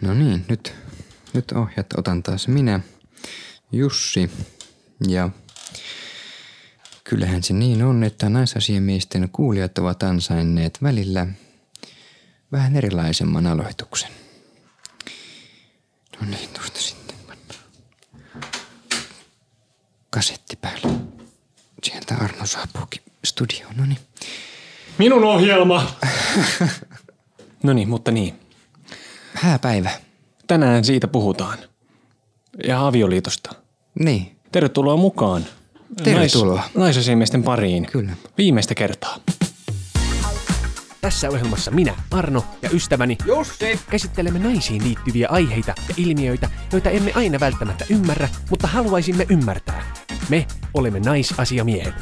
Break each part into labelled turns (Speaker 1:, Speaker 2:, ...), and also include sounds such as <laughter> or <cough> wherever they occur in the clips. Speaker 1: No niin, nyt, nyt ohjat otan taas minä, Jussi. Ja kyllähän se niin on, että naisasiamiesten kuulijat ovat ansainneet välillä vähän erilaisemman aloituksen. No niin, tuosta sitten pannaan kasetti päälle. Sieltä Arno saapuukin studioon, no niin.
Speaker 2: Minun ohjelma!
Speaker 3: <laughs> No niin, mutta niin.
Speaker 1: Hääpäivä.
Speaker 3: Tänään siitä puhutaan. Ja avioliitosta.
Speaker 1: Niin,
Speaker 3: Tervetuloa mukaan.
Speaker 1: Tervetuloa.
Speaker 3: Nais, naisasiamiesten pariin.
Speaker 1: Kyllä.
Speaker 3: Viimeistä kertaa.
Speaker 4: Tässä ohjelmassa minä, Arno ja ystäväni Jussi käsittelemme naisiin liittyviä aiheita ja ilmiöitä, joita emme aina välttämättä ymmärrä, mutta haluaisimme ymmärtää. Me olemme naisasiamiehet.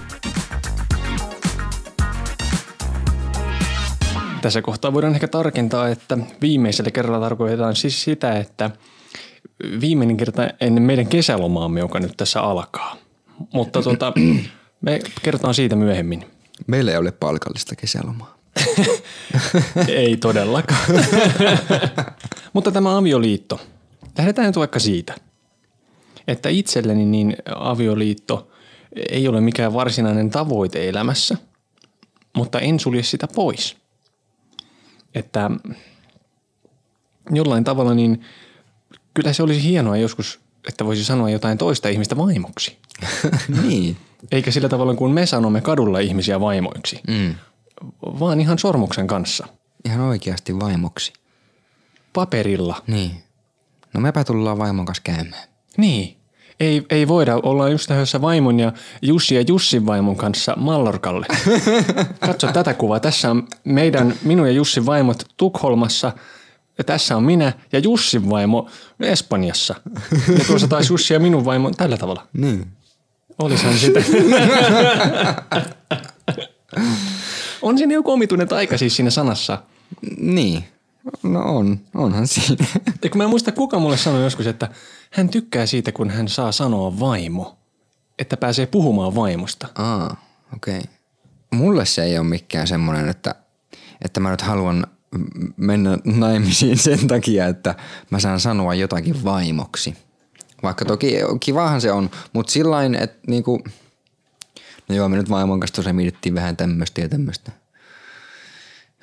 Speaker 3: Tässä kohtaa voidaan ehkä tarkentaa, että viimeisellä kerralla tarkoitetaan siis sitä, että viimeinen kerta ennen meidän kesälomaamme, joka nyt tässä alkaa.
Speaker 1: <clears throat>
Speaker 3: Mutta tuota, me kertaan siitä myöhemmin.
Speaker 1: Meillä ei ole palkallista kesälomaa.
Speaker 3: Ei todellakaan. <laughs> Mutta tämä avioliitto. Lähdetään nyt vaikka siitä, että itselleni niin avioliitto ei ole mikään varsinainen tavoite elämässä, mutta en sulje sitä pois. Että jollain tavalla niin kyllä se olisi hienoa joskus, että voisi sanoa jotain toista ihmistä vaimoksi.
Speaker 1: <laughs> niin.
Speaker 3: Eikä sillä tavalla kuin me sanomme kadulla ihmisiä vaimoiksi,
Speaker 1: Mm.
Speaker 3: vaan ihan sormuksen kanssa,
Speaker 1: Ihan oikeasti vaimoksi.
Speaker 3: paperilla –
Speaker 1: Niin. No mepä tullaan vaimon kanssa käymään.
Speaker 3: Niin. Ei, ei voida olla just lähdössä vaimon ja Jussi ja Jussin vaimon kanssa Mallorkalle. Katso tätä kuvaa. Tässä on meidän, minun ja Jussin vaimot Tukholmassa. Ja tässä on minä ja Jussin vaimo Espanjassa. Ja tuossa taas Jussi ja minun vaimo tällä tavalla.
Speaker 1: Niin.
Speaker 3: Olisihan sitä. on siinä joku omituinen taika siis siinä sanassa.
Speaker 1: Niin. No on, onhan siinä.
Speaker 3: Ja kun mä en muista, kuka mulle sanoi joskus, että hän tykkää siitä, kun hän saa sanoa vaimo. Että pääsee puhumaan vaimosta.
Speaker 1: Aa, okei. Okay. Mulle se ei ole mikään semmoinen, että, että mä nyt haluan m- mennä naimisiin sen takia, että mä saan sanoa jotakin vaimoksi. Vaikka toki kivahan se on, mutta sillain, että niinku, no joo, me nyt vaimon kanssa tosiaan mietittiin vähän tämmöistä ja tämmöistä.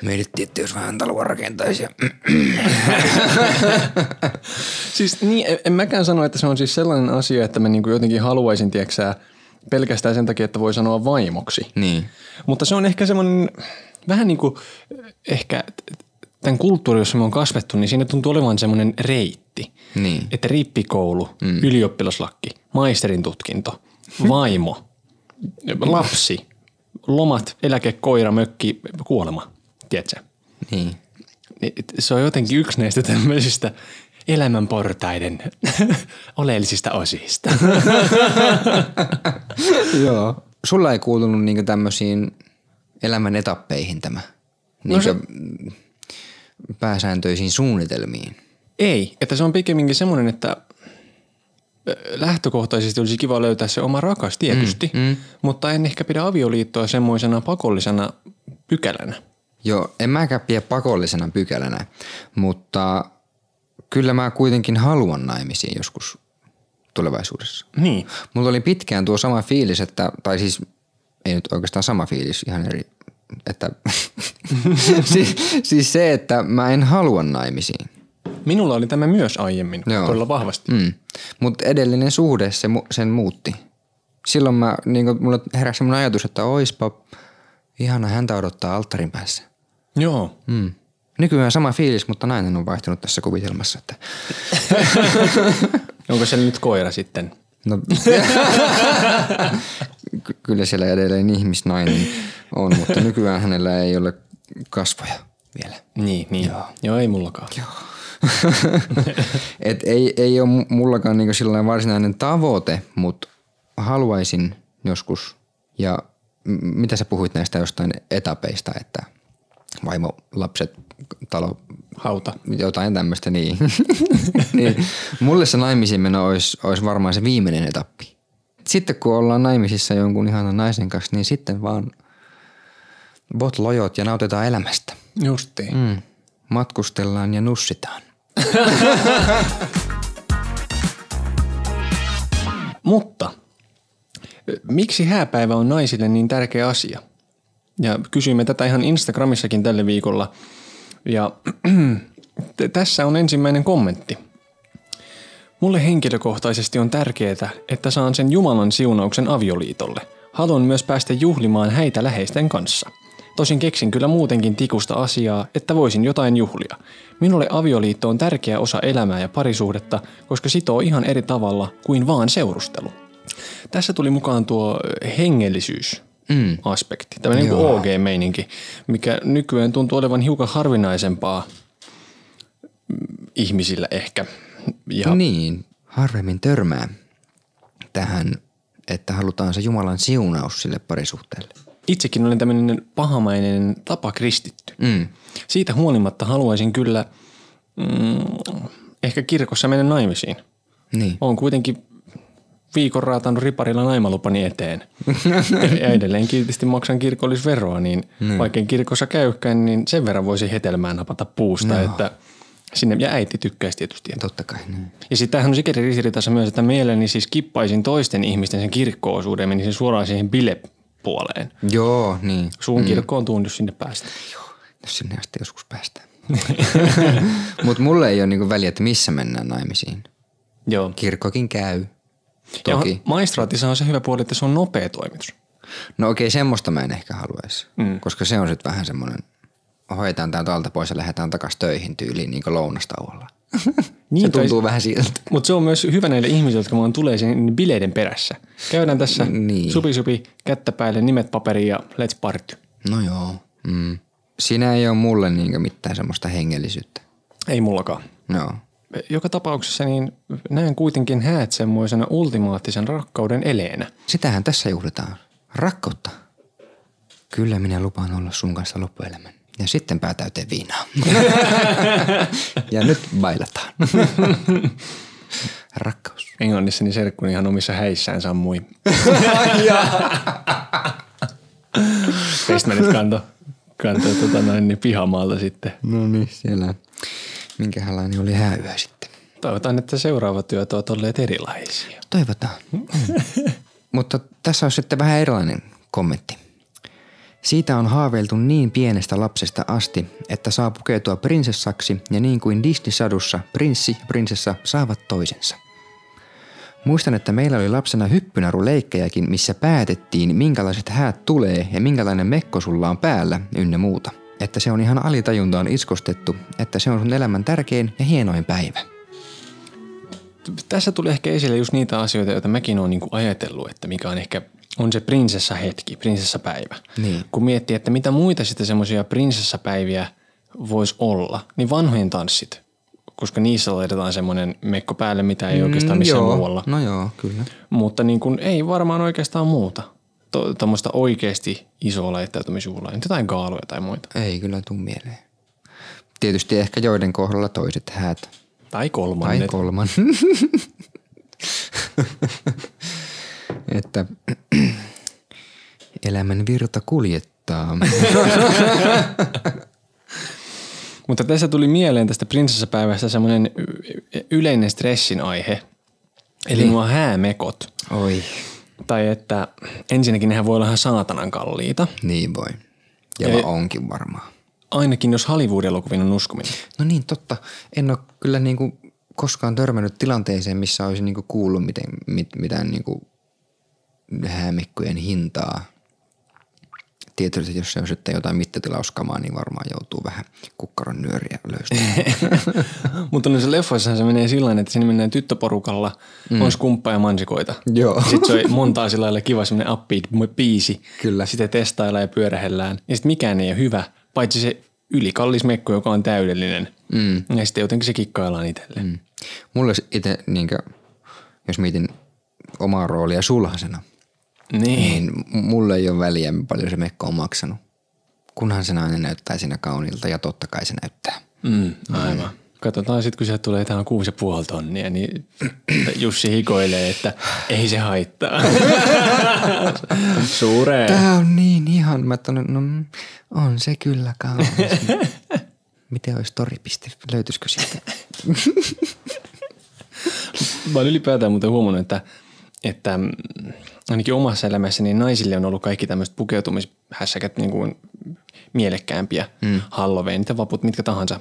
Speaker 1: Mietittiin, että jos vähän taloa rakentaisi ja
Speaker 3: Siis niin, en- en mäkään sano, että se on siis sellainen asia, että mä niinku jotenkin haluaisin, tieksää, pelkästään sen takia, että voi sanoa vaimoksi.
Speaker 1: Niin.
Speaker 3: Mutta se on ehkä semmoinen vähän niin kuin ehkä tämän kulttuurin, jossa me on kasvettu, niin siinä tuntuu olevan semmoinen reitti.
Speaker 1: Niin.
Speaker 3: Että rippikoulu, mm. ylioppilaslakki, maisterin tutkinto, vaimo, lapsi, lomat, eläke, koira, mökki, kuolema, tiedätkö?
Speaker 1: Niin.
Speaker 3: Niin, et Se on jotenkin yksi näistä tämmöisistä elämänportaiden <laughs> oleellisista osista.
Speaker 1: <laughs> Joo. Sulla ei kuulunut niinku tämmöisiin elämän etappeihin tämä. Niinku pääsääntöisiin suunnitelmiin.
Speaker 3: Ei, että se on pikemminkin semmoinen, että ö, lähtökohtaisesti olisi kiva löytää se oma rakas tietysti, mm, mm. mutta en ehkä pidä avioliittoa semmoisena pakollisena pykälänä.
Speaker 1: Joo, en mäkään pidä pakollisena pykälänä, mutta kyllä mä kuitenkin haluan naimisiin joskus tulevaisuudessa.
Speaker 3: Niin.
Speaker 1: Mulla oli pitkään tuo sama fiilis, että, tai siis ei nyt oikeastaan sama fiilis, ihan eri, että <laughs> siis, siis se, että mä en halua naimisiin.
Speaker 3: Minulla oli tämä myös aiemmin,
Speaker 1: Joo.
Speaker 3: Joo. todella vahvasti.
Speaker 1: Mm. Mutta edellinen suhde se, mu- sen muutti. Silloin mä, niin mulla heräsi semmoinen ajatus, että oispa ihana häntä odottaa alttarin päässä.
Speaker 3: Joo.
Speaker 1: Mm. Nykyään sama fiilis, mutta nainen on vaihtunut tässä kuvitelmassa. Että...
Speaker 3: Onko se nyt koira sitten?
Speaker 1: No, Ky- kyllä siellä edelleen ihmisnainen on, mutta nykyään hänellä ei ole kasvoja vielä.
Speaker 3: Niin, niin. Joo, Joo ei mullakaan. Joo.
Speaker 1: Et ei, ei ole mu- mullakaan niinku sellainen varsinainen tavoite, mutta haluaisin joskus. Ja m- mitä sä puhuit näistä jostain etapeista, että vaimo, lapset, talo,
Speaker 3: Hauta.
Speaker 1: jotain tämmöistä, niin. <laughs> niin. Mulle se naimisiin meno olisi, olisi varmaan se viimeinen etappi. Sitten kun ollaan naimisissa jonkun ihanan naisen kanssa, niin sitten vaan bot lojot ja nautitaan elämästä.
Speaker 3: Justiin.
Speaker 1: Mm. Matkustellaan ja nussitaan.
Speaker 3: Mutta miksi hääpäivä on naisille niin tärkeä asia? Ja kysyimme tätä ihan Instagramissakin tällä viikolla. Ja <clears throat> t- tässä on ensimmäinen kommentti. Mulle henkilökohtaisesti on tärkeää, että saan sen Jumalan siunauksen avioliitolle. Haluan myös päästä juhlimaan häitä läheisten kanssa. Tosin keksin kyllä muutenkin tikusta asiaa, että voisin jotain juhlia. Minulle avioliitto on tärkeä osa elämää ja parisuhdetta, koska sitoo ihan eri tavalla kuin vaan seurustelu. Tässä tuli mukaan tuo hengellisyys mm. aspekti, tämä niin
Speaker 1: Joo.
Speaker 3: OG-meininki, mikä nykyään tuntuu olevan hiukan harvinaisempaa mm, ihmisillä ehkä. Ja
Speaker 1: Niin, harvemmin törmää tähän, että halutaan se Jumalan siunaus sille parisuhteelle.
Speaker 3: itsekin olen tämmöinen pahamainen tapa kristitty. Mm. Siitä huolimatta haluaisin kyllä mm, ehkä kirkossa mennä naimisiin.
Speaker 1: Niin.
Speaker 3: Olen kuitenkin viikon raatanut riparilla naimalupani eteen. ja edelleen kiltisti maksan kirkollisveroa, niin mm. vaikka en kirkossa käykään, niin sen verran voisi hetelmää napata puusta, no. että sinne, ja äiti tykkäisi tietysti. että-
Speaker 1: Totta kai. Niin.
Speaker 3: Ja sitten tämähän on sikäli ristiriitassa myös, että mielelläni siis kippaisin toisten ihmisten sen kirkkoosuuden ja menisin suoraan siihen bilepuoleen.
Speaker 1: Joo, niin.
Speaker 3: Sun mm. kirkkoon tuun, jos sinne päästä.
Speaker 1: Jos sinne asti joskus
Speaker 3: <laughs>
Speaker 1: päästään. Mutta mulle ei ole niinku väliä, että missä mennään naimisiin.
Speaker 3: Joo.
Speaker 1: Kirkkokin käy.
Speaker 3: Ja
Speaker 1: Toki.
Speaker 3: maistraatissa on se hyvä puoli, että se on nopea toimitus.
Speaker 1: No okei, semmoista mä en ehkä haluaisi, mm. koska se on sitten vähän semmoinen hoidetaan täältä alta pois ja lähdetään takaisin töihin tyyliin niin lounastauolla. Niin, se
Speaker 3: Niin, tai-
Speaker 1: tuntuu vähän siltä.
Speaker 3: Mutta se on myös hyvä näille ihmisille, jotka vaan tulee sen bileiden perässä. Käydään tässä
Speaker 1: Niin.
Speaker 3: niin. supi supi, kättä päälle, nimet paperiin ja let's party.
Speaker 1: No joo. Mm. Siinä ei ole mulle niinku mitään semmoista hengellisyyttä. No.
Speaker 3: Ei mullakaan.
Speaker 1: Joo.
Speaker 3: Joka tapauksessa niin näen kuitenkin häät semmoisena ultimaattisen rakkauden eleenä.
Speaker 1: Sitähän tässä juhlitaan. Rakkautta. Kyllä minä lupaan olla sun kanssa loppuelämän. Ja sitten päätäyteen viinaa. <laughs> ja nyt <laughs> bailataan. Rakkaus.
Speaker 3: Englannissa niin serkkuni ihan omissa häissään <laughs> sammui. Pestmerit kanto, kanto tota noin, niin pihamaalta sitten.
Speaker 1: No niin, siellä. Minkälainen oli hääyö sitten?
Speaker 3: Toivotaan, että seuraavat työt ovat olleet erilaisia.
Speaker 1: Toivotaan. Mm. Mutta tässä on sitten vähän erilainen kommentti. Siitä on haaveiltu niin pienestä lapsesta asti, että saa pukeutua prinsessaksi ja niin kuin Disney-sadussa prinssi ja prinsessa saavat toisensa. Muistan, että meillä oli lapsena hyppynaruleikkejäkin, missä päätettiin, minkälaiset häät tulee ja minkälainen mekko sulla on päällä ynnä muuta. Että se on ihan alitajuntaan iskostettu, että se on sun elämän tärkein ja hienoin päivä.
Speaker 3: Tässä tuli ehkä esille just niitä asioita, joita mäkin olen niinku ajatellut, että mikä on ehkä on se prinsessahetki, prinsessapäivä.
Speaker 1: Niin.
Speaker 3: Kun miettii, että mitä muita sitten semmoisia prinsessapäiviä voisi olla, niin vanhojen tanssit, koska niissä laitetaan semmoinen mekko päälle, mitä ei oikeastaan missään
Speaker 1: Mm, joo.
Speaker 3: muualla.
Speaker 1: No joo, kyllä.
Speaker 3: Mutta niin kuin, ei varmaan oikeastaan muuta. To- Tuommoista oikeasti isoa laittautumisjuhlaa. Nyt jotain gaaloja tai muita.
Speaker 1: Ei kyllä tuu mieleen. Tietysti ehkä joiden kohdalla toiset häät.
Speaker 3: Tai
Speaker 1: Tai
Speaker 3: kolmannet.
Speaker 1: kolman. <laughs> että <clears throat> elämän virta kuljettaa.
Speaker 3: Mutta tässä tuli mieleen tästä prinsessapäivästä semmoinen y- yleinen stressin aihe. Eli niin. nuo häämekot.
Speaker 1: Oi.
Speaker 3: Tai että ensinnäkin nehän voi olla ihan saatanan kalliita.
Speaker 1: Niin voi. Ja Ei. onkin varmaan.
Speaker 3: Ainakin jos Hollywood-elokuvin on uskominen.
Speaker 1: No niin, totta. En ole kyllä niinku koskaan törmännyt tilanteeseen, missä olisi niinku kuullut miten, mit, mitään niinku häämikkojen hintaa. Tietysti jos se on sitten jotain mittatilauskamaa, niin varmaan joutuu vähän kukkaron nyöriä löystämään.
Speaker 3: Mutta noissa leffoissahan se menee sillä tavalla, että sinne mennään tyttöporukalla, mm. on skumppa ja mansikoita.
Speaker 1: Joo.
Speaker 3: Sitten <laughs> soi montaa sillä lailla kiva semmoinen upbeat biisi.
Speaker 1: Kyllä.
Speaker 3: Sitä testaillaan ja pyörähellään. Ja sitten mikään ei ole hyvä, paitsi se ylikallis mekko, joka on täydellinen. Mm. Ja sitten jotenkin se kikkaillaan itselleen. Mm.
Speaker 1: Mulle itse, niinkö, jos mietin omaa roolia sulhasena,
Speaker 3: Niin.
Speaker 1: niin m- mulle ei ole väliä, paljon se mekko on maksanut. Kunhan se nainen näyttää siinä kauniilta ja totta kai se näyttää.
Speaker 3: Mm, aivan. Katsotaan sitten, kun sieltä tulee tähän kuusi ja puoli tonnia, niin Jussi hikoilee, että ei se <laughs> haittaa. Suureen.
Speaker 1: <laughs> Tää on niin ihan, mä että no, no, mm, on se kyllä kaunis. Miten olisi tori.fi? Löytyisikö siitä?
Speaker 3: Mä oon ylipäätään muuten huomannut, että, että mm, ainakin omassa elämässäni naisille on ollut kaikki tämmöiset pukeutumishässäkät niin kuin mielekkäämpiä. Mm. Halloween, niitä vaput, mitkä tahansa.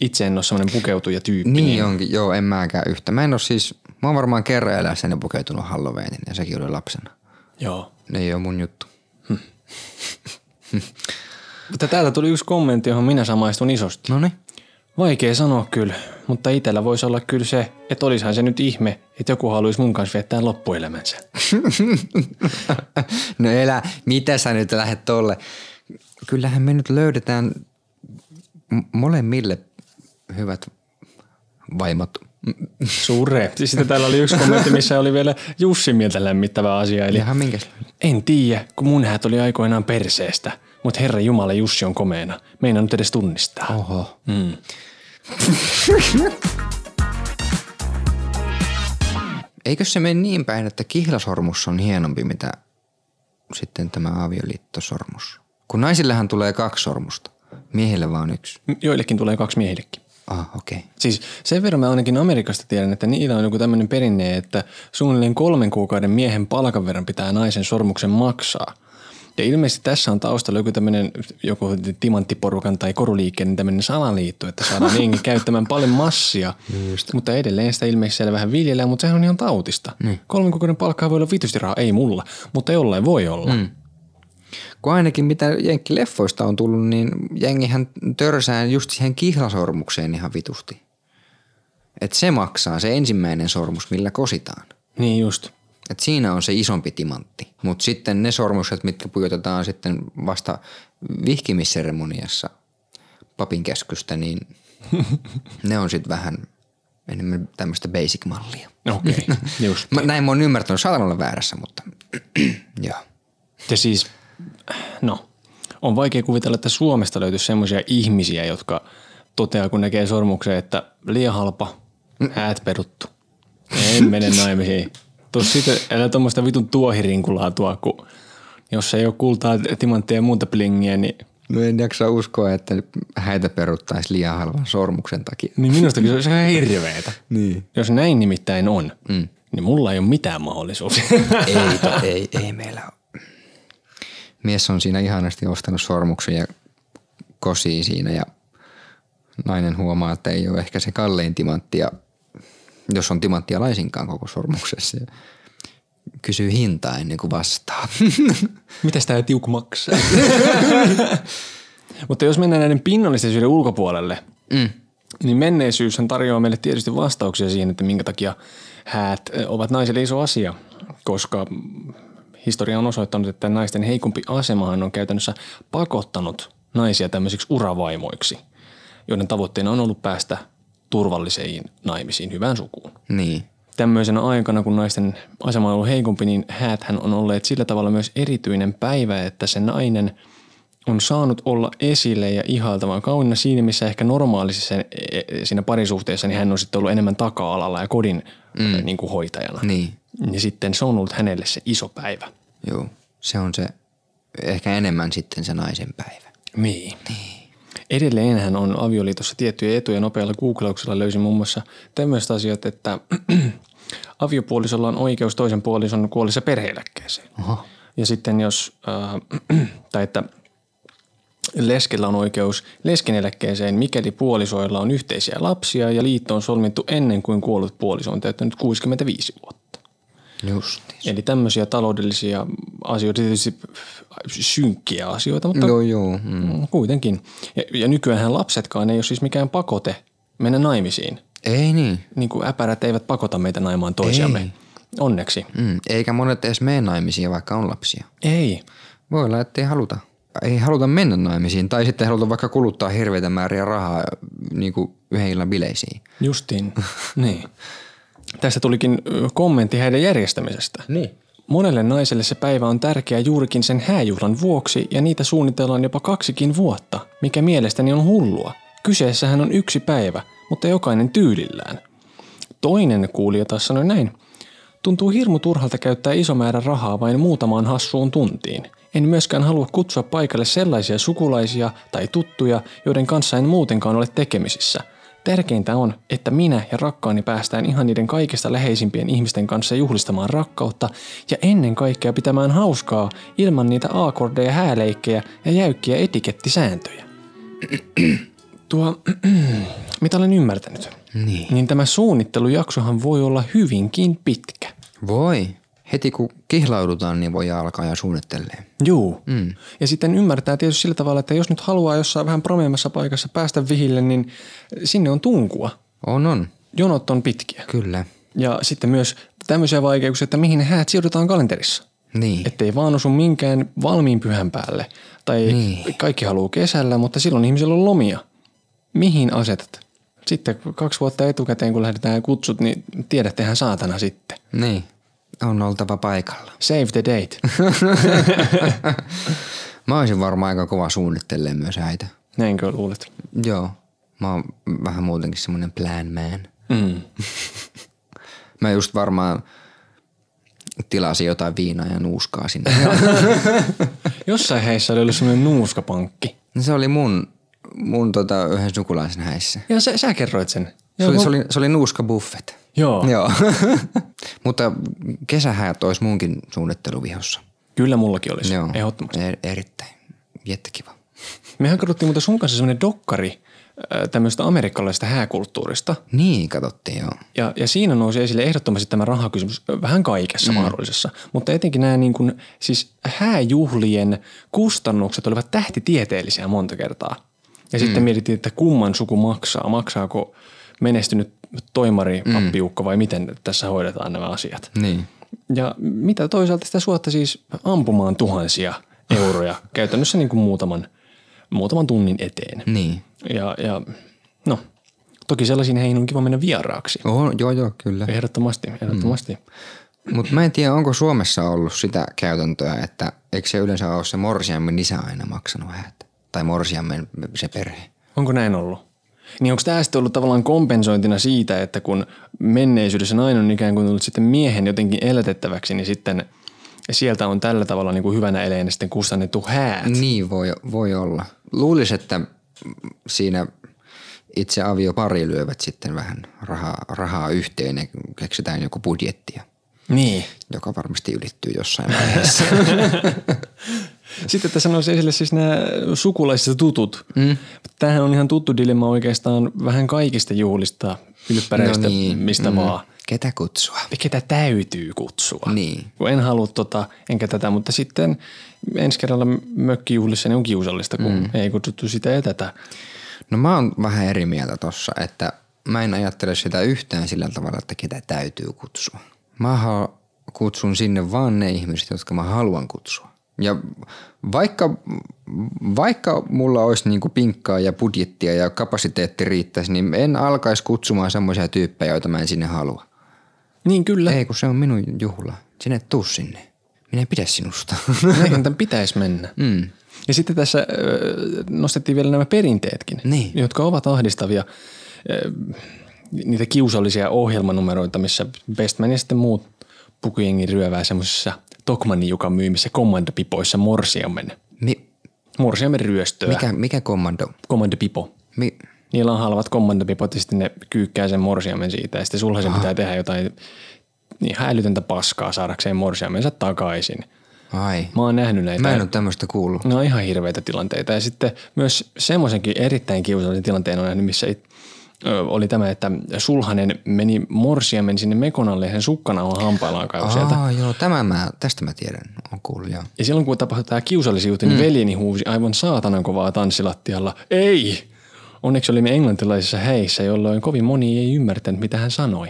Speaker 3: Itse en ole semmoinen pukeutuja tyyppi.
Speaker 1: niin onkin, joo, en mäkään yhtä. Mä en ole siis, mä oon varmaan kerran elässäni pukeutunut Halloweenin ja sekin oli lapsena.
Speaker 3: Joo.
Speaker 1: Ne ei ole mun juttu.
Speaker 3: Mutta täältä tuli yksi kommentti, johon minä samaistun isosti.
Speaker 1: No niin.
Speaker 3: Vaikea sanoa kyllä, mutta itellä voisi olla kyllä se, että olisihan se nyt ihme, että joku haluaisi mun kanssa viettää loppuelämänsä.
Speaker 1: No elä, mitä sä nyt lähdet tolle? Kyllähän me nyt löydetään m- molemmille hyvät vaimot.
Speaker 3: Sure. <laughs> Siis Sitten täällä oli yksi kommentti, missä oli vielä Jussin mieltä lämmittävä asia. Eli
Speaker 1: Ihan minkäs.
Speaker 3: En tiedä, kun mun häät oli aikoinaan perseestä, mutta herra Jumala Jussi on komeena. Meinaan nyt edes tunnistaa.
Speaker 1: Oho.
Speaker 3: Mm.
Speaker 1: Eikö se mene niin päin, että kihlasormus on hienompi, mitä sitten tämä avioliittosormus? Kun naisillehan tulee kaksi sormusta, miehille vaan yksi.
Speaker 3: Mm, Joillekin tulee kaksi miehillekin.
Speaker 1: Ah, okei. Okay.
Speaker 3: Siis sen verran mä ainakin Amerikasta tiedän, että niillä on joku tämmöinen perinne, että suunnilleen kolmen kuukauden miehen palkan verran pitää naisen sormuksen maksaa. Ja ilmeisesti tässä on taustalla joku tämmöinen joku timanttiporukan tai koruliikkeen tämmöinen salaliitto, että saadaan <laughs> jengi käyttämään paljon massia. Niin Just. Mutta edelleen sitä ilmeisesti siellä vähän viljellään, mutta sehän on ihan tautista. Niin. Kolmen kuukauden palkkaa voi olla vitusti rahaa, ei mulla, mutta jollain voi olla. Mm.
Speaker 1: Kun ainakin mitä jenkkileffoista on tullut, niin jengihän törsään just siihen kihlasormukseen ihan vitusti. Et se maksaa se ensimmäinen sormus, millä kositaan.
Speaker 3: Niin just.
Speaker 1: Et siinä on se isompi timantti. Mutta sitten ne sormukset, mitkä pujotetaan sitten vasta vihkimisseremoniassa papin käskystä, niin <laughs> ne on sitten vähän enemmän tämmöistä basic-mallia.
Speaker 3: Okei, <laughs> okay. just.
Speaker 1: Mä, näin mä oon ymmärtänyt, saatan olla väärässä, mutta <clears throat> joo.
Speaker 3: Ja siis, no, on vaikea kuvitella, että Suomesta löytyisi semmoisia ihmisiä, jotka toteaa, kun näkee sormuksen, että liian halpa, häät peruttu. En mene naimisiin. Tuossa sitten, älä tuommoista vitun tuohirinkulaa tuo, kun jos ei ole kultaa, timanttia ja muuta plingiä, niin,
Speaker 1: No en jaksa uskoa, että häitä peruttaisi liian halvan sormuksen takia.
Speaker 3: niin minusta kyllä se on ihan hirveetä. Niin. Jos näin nimittäin on, mm. niin mulla ei ole mitään mahdollisuutta. <laughs>
Speaker 1: Ei, to, ei, ei meillä ole. Mies on siinä ihanasti ostanut sormuksen ja kosii siinä ja nainen huomaa, että ei ole ehkä se kallein timantti ja jos on timanttia laisinkaan koko sormuksessa ja kysyy hintaa ennen kuin vastaa. <laughs>
Speaker 3: Mitäs tää tiuk maksaa? <laughs> Mutta jos mennään näiden pinnallistisyyden ulkopuolelle, mm. niin menneisyyshän tarjoaa meille tietysti vastauksia siihen, että minkä takia häät ö, ovat naisille iso asia, koska historia on osoittanut, että naisten heikompi asemahan on käytännössä pakottanut naisia tämmöisiksi uravaimoiksi, joiden tavoitteena on ollut päästä turvallisiin naimisiin hyvään sukuun
Speaker 1: niin.
Speaker 3: tämmöisenä aikana, kun naisten asema on ollut heikompi, niin häthän on olleet sillä tavalla myös erityinen päivä, että se nainen on saanut olla esille ja ihailtavan kaunina siinä, missä ehkä normaalisessa e, e, siinä parisuhteessa, niin hän on sitten ollut enemmän taka-alalla ja kodin mm. niin kuin hoitajana.
Speaker 1: Niin.
Speaker 3: Ja sitten se on ollut hänelle se iso päivä.
Speaker 1: Joo, se on se ehkä enemmän sitten se naisen päivä.
Speaker 3: Niin. Edelleen hän on avioliitossa tiettyjä etuja. Nopealla googlauksella löysin muun muassa tämmöiset asiat, että <clears throat> aviopuolisolla on oikeus toisen puolison kuollessa perheeläkkeeseen. Oho. Ja sitten jos, äh, <clears throat> tai että leskellä on oikeus leskeneläkkeeseen, mikäli puolisoilla on yhteisiä lapsia ja liitto on solmittu ennen kuin kuollut puoliso on täyttänyt 65 vuotta.
Speaker 1: Justi.
Speaker 3: Eli tämmöisiä taloudellisia asioita, tietysti synkkiä asioita, mutta
Speaker 1: Joo, joo. Mm.
Speaker 3: kuitenkin. Ja, ja nykyäänhän lapsetkaan ei ole siis mikään pakote mennä naimisiin.
Speaker 1: Ei niin.
Speaker 3: Niin kuin äpärät eivät pakota meitä naimaan toisiamme.
Speaker 1: Ei.
Speaker 3: Onneksi.
Speaker 1: Mm. Eikä monet edes mene naimisiin, vaikka on lapsia.
Speaker 3: Ei.
Speaker 1: Voi olla, ettei haluta. Ei haluta mennä naimisiin tai sitten ei haluta vaikka kuluttaa hirveitä määriä rahaa niin kuin yhden illan bileisiin.
Speaker 3: Justiin. niin. Tästä tulikin ö, kommentti häiden järjestämisestä. Niin. Monelle naiselle se päivä on tärkeä juurikin sen hääjuhlan vuoksi ja niitä suunnitellaan jopa kaksikin vuotta, mikä mielestäni on hullua. Kyseessähän on yksi päivä, mutta jokainen tyylillään. Toinen kuulija taas sanoi näin. Tuntuu hirmu turhalta käyttää iso määrä rahaa vain muutamaan hassuun tuntiin. En myöskään halua kutsua paikalle sellaisia sukulaisia tai tuttuja, joiden kanssa en muutenkaan ole tekemisissä. Tärkeintä on, että minä ja rakkaani päästään ihan niiden kaikista läheisimpien ihmisten kanssa juhlistamaan rakkautta ja ennen kaikkea pitämään hauskaa ilman niitä aakordeja, hääleikkejä ja jäykkiä etikettisääntöjä. Tuo, <clears throat> mitä olen ymmärtänyt, niin. niin tämä suunnittelujaksohan voi olla hyvinkin pitkä.
Speaker 1: Voi. Heti kun kihlaudutaan, niin voi alkaa ja suunnittelee.
Speaker 3: Juu. Mm. Ja sitten ymmärtää tietysti sillä tavalla, että jos nyt haluaa jossain vähän promeemmassa paikassa päästä vihille, niin sinne on tunkua.
Speaker 1: On, on.
Speaker 3: Jonot on pitkiä.
Speaker 1: Kyllä.
Speaker 3: Ja sitten myös tämmöisiä vaikeuksia, että mihin ne häät sijoitetaan kalenterissa.
Speaker 1: Niin.
Speaker 3: Ettei vaan osu minkään valmiin pyhän päälle. Tai
Speaker 1: Niin.
Speaker 3: kaikki haluaa kesällä, mutta silloin ihmisillä on lomia. Mihin asetat? Sitten kaksi vuotta etukäteen, kun lähdetään kutsut, niin tiedättehän saatana sitten.
Speaker 1: Niin. On oltava paikalla.
Speaker 3: Save the
Speaker 1: <laughs>
Speaker 3: date.
Speaker 1: Mä olisin varmaan aika kova suunnittelee myös häitä.
Speaker 3: Näinkö luulet?
Speaker 1: Joo. Mä oon vähän muutenkin semmonen plan man. Mm. <laughs> Mä just varmaan tilasin jotain viinaa ja nuuskaa sinne. <laughs>
Speaker 3: Jossain heissä oli ollut semmoinen nuuskapankki.
Speaker 1: No se oli mun, mun tota, yhden sukulaisen häissä.
Speaker 3: Ja sä, sä kerroit sen.
Speaker 1: Se oli, se oli, se oli nuuskabuffet.
Speaker 3: Joo.
Speaker 1: Joo. <laughs> Mutta kesähäät olisi munkin suunnitteluvihossa.
Speaker 3: Kyllä mullakin olisi.
Speaker 1: Joo.
Speaker 3: Ehdottomasti.
Speaker 1: Er, erittäin. Jättekiva.
Speaker 3: Mehän katsottiin muuten sun kanssa semmoinen dokkari äh, tämmöistä amerikkalaisesta hääkulttuurista.
Speaker 1: Niin, katsottiin joo.
Speaker 3: Ja, ja siinä nousi esille ehdottomasti tämä rahakysymys ö, vähän kaikessa mm. mahdollisessa. Mutta etenkin nämä niin kuin, siis hääjuhlien kustannukset olivat tähtitieteellisiä monta kertaa. Ja mm. sitten mietittiin, että kumman suku maksaa. Maksaako menestynyt toimari, pappiukko vai miten tässä hoidetaan nämä asiat.
Speaker 1: Niin.
Speaker 3: Ja mitä toisaalta sitä suotta siis ampumaan tuhansia <laughs> euroja käytännössä niin kuin muutaman, muutaman tunnin eteen.
Speaker 1: Niin.
Speaker 3: Ja, ja no, toki sellaisiin heihin on kiva mennä vieraaksi.
Speaker 1: Oho, joo, joo, kyllä.
Speaker 3: Ehdottomasti, ehdottomasti. Mm.
Speaker 1: Mutta mä en tiedä, onko Suomessa ollut sitä käytäntöä, että eikö se yleensä ole se morsiammen isä aina maksanut häät? Tai morsiammen se perhe.
Speaker 3: Onko näin ollut? Niin onko tämä sitten ollut tavallaan kompensointina siitä, että kun menneisyydessä nainen on ikään kuin tullut sitten miehen jotenkin elätettäväksi, niin sitten sieltä on tällä tavalla niin kuin hyvänä eleenä sitten kustannettu häät.
Speaker 1: Niin voi, voi olla. Luulisi, että siinä itse aviopari lyövät sitten vähän rahaa, rahaa yhteen ja keksitään joku budjettia,
Speaker 3: Niin.
Speaker 1: joka varmasti ylittyy jossain vaiheessa.
Speaker 3: Sitten tässä nousi esille siis nämä sukulaiset ja tutut. Mm. Tämähän on ihan tuttu dilemma oikeastaan vähän kaikista juhlista, ylppäreistä, no niin. mistä mm. vaan.
Speaker 1: Ketä kutsua?
Speaker 3: Ketä täytyy kutsua.
Speaker 1: Niin.
Speaker 3: Kun en halua tota, enkä tätä, mutta sitten ensi kerralla mökkijuhlissa niin on kiusallista, kun mm. ei kutsuttu sitä ja tätä.
Speaker 1: No mä oon vähän eri mieltä tossa, että mä en ajattele sitä yhtään sillä tavalla, että ketä täytyy kutsua. Mä ha- kutsun sinne vaan ne ihmiset, jotka mä haluan kutsua. Ja vaikka, vaikka mulla olisi niinku pinkkaa ja budjettia ja kapasiteetti riittäisi, niin en alkaisi kutsumaan semmoisia tyyppejä, joita mä en sinne halua.
Speaker 3: Niin kyllä.
Speaker 1: Ei, kun se on minun juhla. Sinne tuu sinne. Minä en pidä sinusta. <laughs>
Speaker 3: <laughs> Näinhän tämän pitäisi mennä. Mm. Ja sitten tässä ö, nostettiin vielä nämä perinteetkin,
Speaker 1: Niin.
Speaker 3: jotka ovat ahdistavia. Ö, Niitä kiusallisia ohjelmanumeroita, missä Bestman ja sitten muut pukujengi ryövää semmoisissa Tokmanin Jukan myymissä kommandopipoissa morsiamen.
Speaker 1: Mi-
Speaker 3: Morsiamen ryöstöä.
Speaker 1: mikä, mikä kommando?
Speaker 3: Kommandopipo.
Speaker 1: Mi-
Speaker 3: Niillä on halvat kommandopipot ja sitten ne kyykkää sen morsiamen siitä ja sitten sulla
Speaker 1: Ah.
Speaker 3: sen pitää tehdä jotain niin häilytöntä paskaa saadakseen morsiamensa takaisin.
Speaker 1: Ai.
Speaker 3: Mä oon nähnyt näitä.
Speaker 1: Mä en ole tämmöistä kuullut.
Speaker 3: No ihan hirveitä tilanteita. Ja sitten myös semmoisenkin erittäin kiusallisen tilanteen on nähnyt, missä it, ö, oli tämä, että sulhanen meni morsiamen sinne mekonalle ja sen sukkanauhan hampaillaan kaivoi sieltä.
Speaker 1: Aa, joo, tämä mä, tästä mä tiedän. On kuullut, joo.
Speaker 3: Ja silloin kun tapahtui tämä kiusallisia juttu, niin mm. veljeni huusi aivan saatanan kovaa tanssilattialla. Ei! Onneksi olimme englantilaisissa häissä, jolloin kovin moni ei ymmärtänyt, mitä hän sanoi.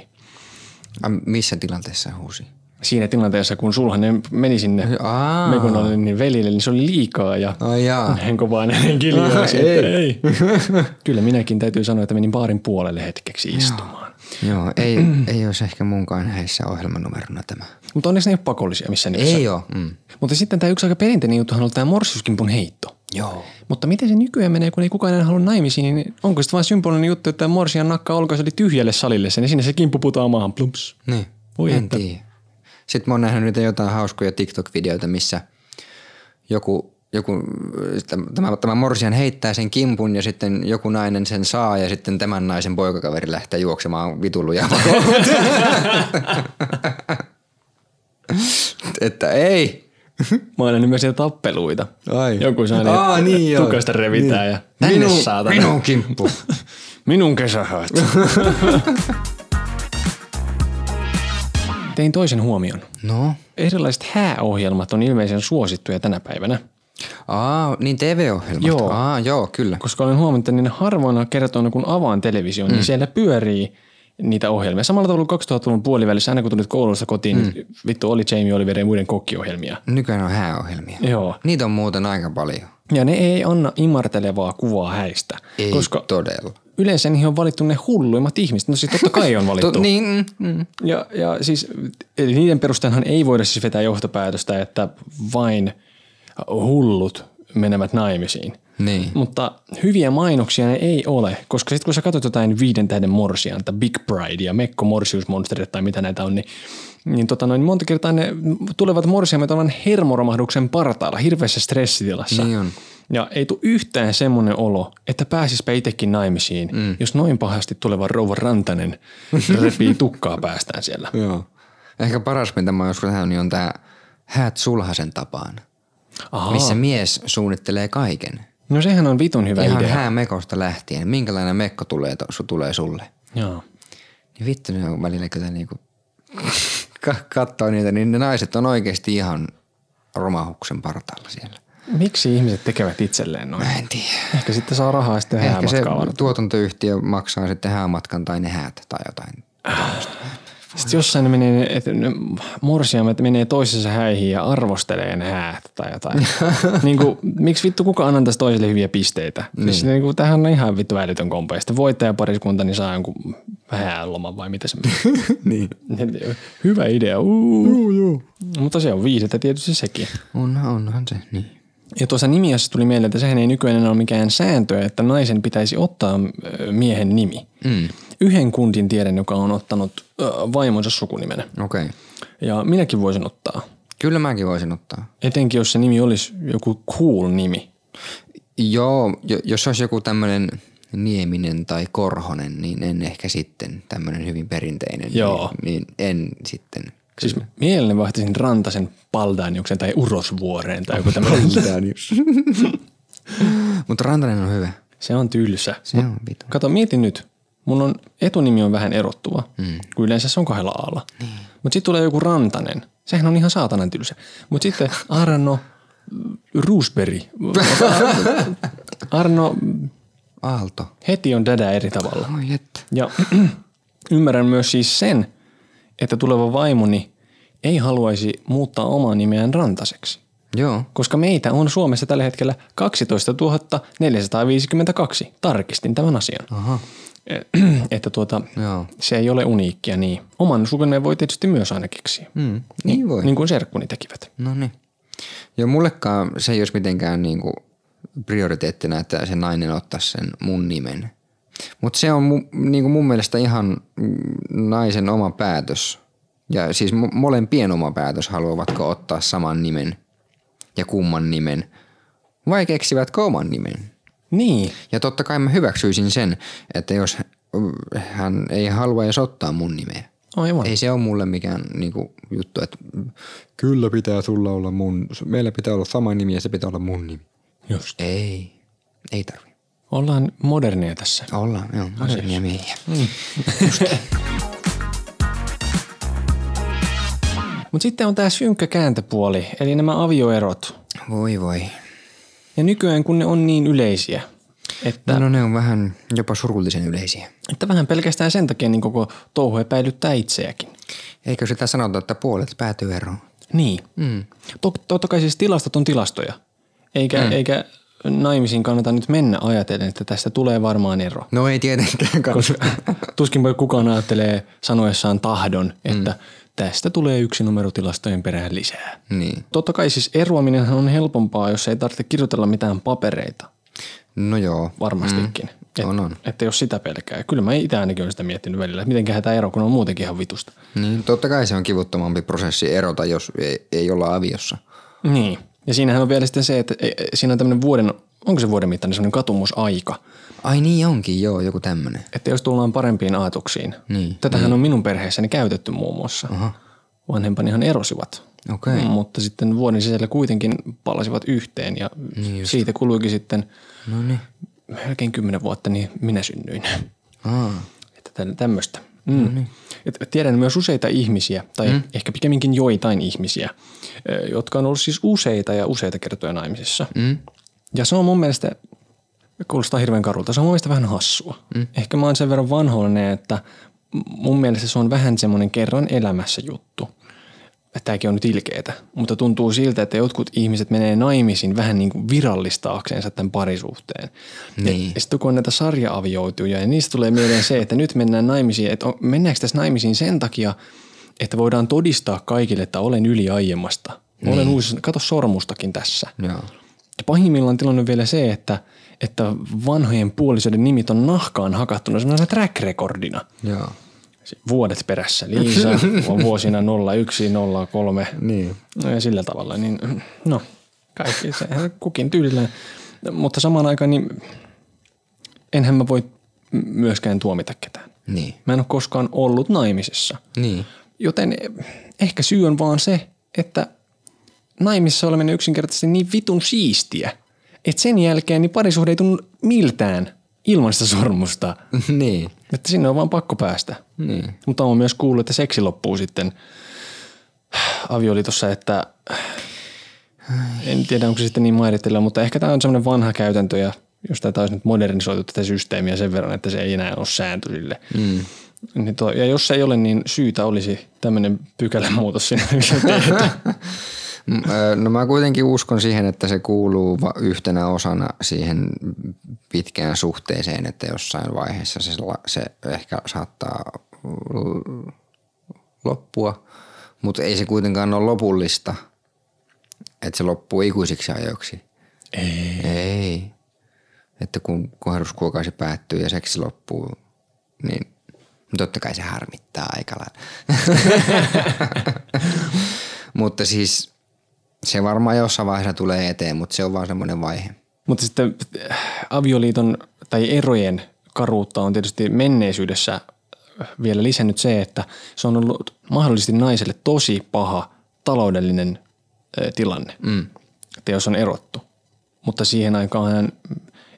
Speaker 1: A, missä tilanteessa huusi?
Speaker 3: Siinä tilanteessa, kun sulhanen meni sinne
Speaker 1: Aa.
Speaker 3: mekonalle niin veljelle, niin se oli liikaa ja
Speaker 1: Ai jaa.
Speaker 3: hän kovaa näin kiljaa.
Speaker 1: Ai,
Speaker 3: ei. ei. Kyllä minäkin täytyy sanoa, että menin baarin puolelle hetkeksi istumaan.
Speaker 1: Joo, ei, ei olisi ehkä munkaan häissä ohjelmanumerona tämä.
Speaker 3: Mutta onneksi ne ei ole pakollisia missään nimessä.
Speaker 1: Ei ole. Mm.
Speaker 3: Mutta sitten tämä yksi aika perinteinen juttuhan on ollut tämä morsiuskimpun heitto.
Speaker 1: Joo.
Speaker 3: Mutta miten se nykyään menee, kun ei kukaan enää halua naimisiin, niin onko se vain symbolinen juttu, että morsian nakkaa olkoon se oli tyhjälle salille sen, niin sinne se kimppu putoaa maahan, plumps.
Speaker 1: Niin,
Speaker 3: Voi
Speaker 1: en
Speaker 3: että.
Speaker 1: tiedä. Sitten mä oon nähnyt niitä jotain hauskoja TikTok-videoita, missä joku, joku tämä, tämä morsian heittää sen kimpun ja sitten joku nainen sen saa ja sitten tämän naisen poikakaveri lähtee juoksemaan vitulluja pakoon. <laughs> että ei.
Speaker 3: Mä olen ymmärsin tappeluita.
Speaker 1: Ai.
Speaker 3: Joku sai ne
Speaker 1: Aa, niin joo.
Speaker 3: tukasta revitään niin. ja tänne
Speaker 1: Minun,
Speaker 3: saatana.
Speaker 1: minun kimppu. <laughs>
Speaker 3: minun kesähöt. Tein toisen huomion.
Speaker 1: No.
Speaker 3: Erilaiset hääohjelmat on ilmeisen suosittuja tänä päivänä,
Speaker 1: Aa, niin TV-ohjelmat.
Speaker 3: Joo.
Speaker 1: Aa, joo, kyllä.
Speaker 3: koska olen huomannut, että niin harvoina kertoina kun avaan television, mm. niin siellä pyörii niitä ohjelmia. Samalla tavalla kuin 2000-luvun puolivälissä, aina kun tulit koulusta kotiin, mm. niin vittu oli Jamie Oliver ja muiden kokkiohjelmia.
Speaker 1: Nykyään on hääohjelmia.
Speaker 3: Joo.
Speaker 1: Niitä on muuten aika paljon.
Speaker 3: Ja ne ei anna imartelevaa kuvaa häistä,
Speaker 1: Ei
Speaker 3: koska
Speaker 1: todella.
Speaker 3: yleensä niihin on valittu ne hulluimmat ihmiset. No siis totta kai on valittu.
Speaker 1: To, niin, mm, mm.
Speaker 3: Ja, ja siis eli niiden perusteellahan ei voida siis vetää johtopäätöstä, että vain hullut menevät naimisiin.
Speaker 1: Niin.
Speaker 3: Mutta hyviä mainoksia ne ei ole, koska sitten kun sä katsot jotain viiden tähden morsian, tai Big Pride ja Mekko Morsiusmonsterit tai mitä näitä on, niin, niin tota noin, monta kertaa ne tulevat morsiamet ovat hermoromahduksen partaalla, hirveässä stressitilassa.
Speaker 1: Niin on.
Speaker 3: Ja ei tule yhtään semmoinen olo, että pääsispä itsekin naimisiin, mm. jos noin pahasti tuleva rouva
Speaker 1: <laughs>
Speaker 3: Rantanen repii tukkaa päästään siellä.
Speaker 1: Joo. Ehkä paras, mitä mä oon joskus nähnyt, niin on tää Häät sulhasen tapaan,
Speaker 3: Aha.
Speaker 1: missä mies suunnittelee kaiken.
Speaker 3: No sehän on vitun hyvä
Speaker 1: Ihan
Speaker 3: idea.
Speaker 1: häämekosta lähtien. Minkälainen mekko tulee, to, su, tulee sulle?
Speaker 3: Joo.
Speaker 1: Niin vittu, ne on välillä kyllä niinku, <laughs> ka- kattoo niitä, niin ne naiset on oikeasti ihan romahuksen partaalla siellä.
Speaker 3: Miksi ihmiset tekevät itselleen noin?
Speaker 1: Mä en tiedä.
Speaker 3: Ehkä sitten saa rahaa ja sitten
Speaker 1: Ehkä se
Speaker 3: häämatkaa varten.
Speaker 1: tuotantoyhtiö maksaa sitten häämatkan tai ne häät tai
Speaker 3: <laughs>
Speaker 1: jotain.
Speaker 3: Sitten jossain ne menee, että ne morsiamet menee toisessa häihin ja arvostelee ne häät tai <laughs> jotain. niin kuin, miksi vittu kuka antaisi toiselle hyviä pisteitä? Niin. Siis niin kuin, tämähän on ihan vittu älytön kompa. Ja Sitten voittajapariskunta niin saa jonkun hääloman vai mitä se
Speaker 1: niin.
Speaker 3: <laughs> menee. Hyvä idea. Joo, joo. Mutta se on viisettä tietysti sekin.
Speaker 1: Onhan, onhan se, niin.
Speaker 3: Ja tuossa nimiössä tuli mieleen, että sehän ei nykyään enää ole mikään sääntö, että naisen pitäisi ottaa ö, miehen nimi. Mm. Yhden kuntin tiedän, joka on ottanut ö, vaimonsa sukunimenä.
Speaker 1: Okei. Okay.
Speaker 3: Ja minäkin voisin ottaa.
Speaker 1: Kyllä mäkin voisin ottaa.
Speaker 3: Etenkin jos se nimi olisi joku cool nimi.
Speaker 1: Joo, jo- jos olisi joku tämmöinen Nieminen tai Korhonen, niin en ehkä sitten tämmöinen hyvin perinteinen.
Speaker 3: Joo.
Speaker 1: Niin, niin en sitten.
Speaker 3: Siis mielelläni vaihtaisin Rantasen Paldaniuksen tai Urosvuoreen tai joku tämmöinen.
Speaker 1: Mutta Rantanen on hyvä.
Speaker 3: Se on tylsä.
Speaker 1: Se on vitu.
Speaker 3: Kato, mietin nyt. Mun on, etunimi on vähän erottuva, mm. kun yleensä se on kahdella aalla. Niin. Mutta sitten tulee joku Rantanen. Sehän on ihan saatanan tylsä. Mutta sitten Arno Roosberry. Arno
Speaker 1: Aalto.
Speaker 3: heti on dädä eri tavalla.
Speaker 1: Oi että.
Speaker 3: Ja <clears throat> ymmärrän myös siis sen, että tuleva vaimoni ei haluaisi muuttaa omaa nimeään Rantaseksi.
Speaker 1: Joo.
Speaker 3: Koska meitä on Suomessa tällä hetkellä 12 452. Tarkistin tämän asian. Aha. <clears throat> Että tuota,
Speaker 1: Joo.
Speaker 3: se ei ole uniikkia niin. Oman sukunimen voi tietysti myös aina keksiä.
Speaker 1: Mm, niin voi.
Speaker 3: Niin kuin serkkuni tekivät.
Speaker 1: No niin. Ja mullekaan se ei olisi mitenkään niinku prioriteettina, että se nainen ottaisi sen mun nimen. Mutta se on mu, niinku mun mielestä ihan mm, naisen oma päätös. Ja siis mo- molempien oma päätös, haluavatko ottaa saman nimen ja kumman nimen. Vai keksivätkö oman nimen?
Speaker 3: Niin.
Speaker 1: Ja totta kai mä hyväksyisin sen, että jos mm, hän ei halua edes ottaa mun nimeä.
Speaker 3: Aivan.
Speaker 1: Ei se ole mulle mikään niinku, juttu, että kyllä pitää sulla olla mun, meillä pitää olla sama nimi ja se pitää olla mun nimi.
Speaker 3: Just.
Speaker 1: Ei, ei tarvi.
Speaker 3: Ollaan moderneja tässä.
Speaker 1: Ollaan, joo, modernia miehiä.
Speaker 3: Mutta sitten on tämä synkkä kääntöpuoli, eli nämä avioerot.
Speaker 1: Voi voi.
Speaker 3: Ja nykyään kun ne on niin yleisiä, että
Speaker 1: No ne on vähän jopa surullisen yleisiä.
Speaker 3: Että vähän pelkästään sen takia niin koko touhu epäilyttää itseäkin.
Speaker 1: Eikö sitä sanota, että puolet päätyy eroon?
Speaker 3: Niin. Mm. Tot, totta kai siis tilastot on tilastoja. Eikä, mm. eikä naimisiin kannata nyt mennä ajatellen, että tästä tulee varmaan <laughs> ero.
Speaker 1: No ei tietenkään. Koska...
Speaker 3: Tuskin voi kukaan ajattelee sanoessaan tahdon, että mm. tästä tulee yksi numero tilastojen perään lisää.
Speaker 1: Niin.
Speaker 3: Totta kai siis eroaminen on helpompaa, jos ei tarvitse kirjoitella mitään papereita.
Speaker 1: No joo.
Speaker 3: Varmastikin. Mm.
Speaker 1: On, on.
Speaker 3: Että jos sitä pelkää. Kyllä mä itse ainakin olen sitä miettinyt välillä, että mitenköhän tämä ero, kun on muutenkin ihan vitusta.
Speaker 1: Niin, totta kai se on kivuttomampi prosessi erota, jos ei, ei olla aviossa.
Speaker 3: Niin. Ja siinähän on vielä sitten se, että e, e, siinä on tämmöinen vuoden, onko se vuoden mittainen semmoinen katumusaika.
Speaker 1: Ai niin onkin, joo, joku tämmönen.
Speaker 3: Että jos tullaan parempiin aatuksiin.
Speaker 1: Niin,
Speaker 3: Tätähän on minun perheessäni käytetty muun muassa. Aha. Vanhempanihan erosivat.
Speaker 1: Okei.
Speaker 3: Mm, Mutta sitten vuoden sisällä kuitenkin palasivat yhteen ja niin siitä kuluikin sitten
Speaker 1: No niin.
Speaker 3: Noniin. melkein kymmenen vuotta, niin minä synnyin.
Speaker 1: Aa,
Speaker 3: Että tämmöistä. Mm. No niin. Tiedän myös useita ihmisiä, tai mm. ehkä pikemminkin joitain ihmisiä, ö, jotka on ollut siis useita ja useita kertoja naimisissa. Mm. Ja se on mun mielestä, kuulostaa hirveän karulta, se on mun mielestä vähän hassua. Mm. Ehkä mä oon sen verran vanhollinen, että mun mielestä se on vähän semmoinen kerran elämässä juttu. Tämäkin on nyt ilkeetä, mutta tuntuu siltä, että jotkut ihmiset menee naimisiin vähän niin kuin virallistaakseensa tämän parisuhteen.
Speaker 1: Niin.
Speaker 3: Ja, ja sitten kun on näitä sarja-avioituja, niin niistä tulee mieleen se, että nyt mennään naimisiin, että on, mennäänkö tässä naimisiin sen takia, että voidaan todistaa kaikille, että olen yli aiemmasta. Olen niin. uusi, kato sormustakin tässä.
Speaker 1: joo.
Speaker 3: Ja pahimmillaan tilanne on vielä se, että, että vanhojen puolisoiden nimit on nahkaan hakattuna sellaisena track recordina.
Speaker 1: Joo.
Speaker 3: Vuodet perässä Liisa, vuosina 01, 03.
Speaker 1: Niin.
Speaker 3: No ja sillä tavalla, niin no, kaikki se kukin tyylillään. Mutta samaan aikaan, niin enhän mä voi myöskään tuomita ketään.
Speaker 1: Niin.
Speaker 3: Mä en ole koskaan ollut naimisissa.
Speaker 1: Niin. <laughs>
Speaker 3: Joten ehkä syy on vaan se, että naimissa oleminen yksinkertaisesti niin vitun siistiä, että sen jälkeen niin parisuhde ei tunnu miltään ilman sitä sormusta.
Speaker 1: niin.
Speaker 3: Että sinne on vaan pakko päästä. Niin. Mutta on myös kuullut, että seksi loppuu sitten avioliitossa, että en tiedä onko se sitten niin mairitella, mutta ehkä tämä on semmoinen vanha käytäntö ja jos tätä olisi nyt modernisoitu tätä systeemiä sen verran, että se ei enää ole sääntö sille. Mm. Niin tuo, ja jos se ei ole, niin syytä olisi tämmöinen pykälämuutos sinne tehdä.
Speaker 1: Mm, ö, No mä kuitenkin uskon siihen, että se kuuluu va- yhtenä osana siihen pitkään suhteeseen, että jossain vaiheessa se, la- se ehkä saattaa l- loppua, mutta ei se kuitenkaan ole lopullista, että se loppuu ikuisiksi ajoiksi. Ei. Ei. Että kun kohduskuukausi päättyy ja seksi loppuu, niin totta kai se harmittaa aika lailla. Mutta siis se varmaan jossain vaiheessa tulee eteen, mutta se on vaan semmoinen vaihe.
Speaker 3: Mutta sitten äh, avioliiton tai erojen karuutta on tietysti menneisyydessä äh, vielä lisännyt se, että se on ollut mahdollisesti naiselle tosi paha taloudellinen äh, tilanne, mm. että jos on erottu. Mutta siihen aikaan hän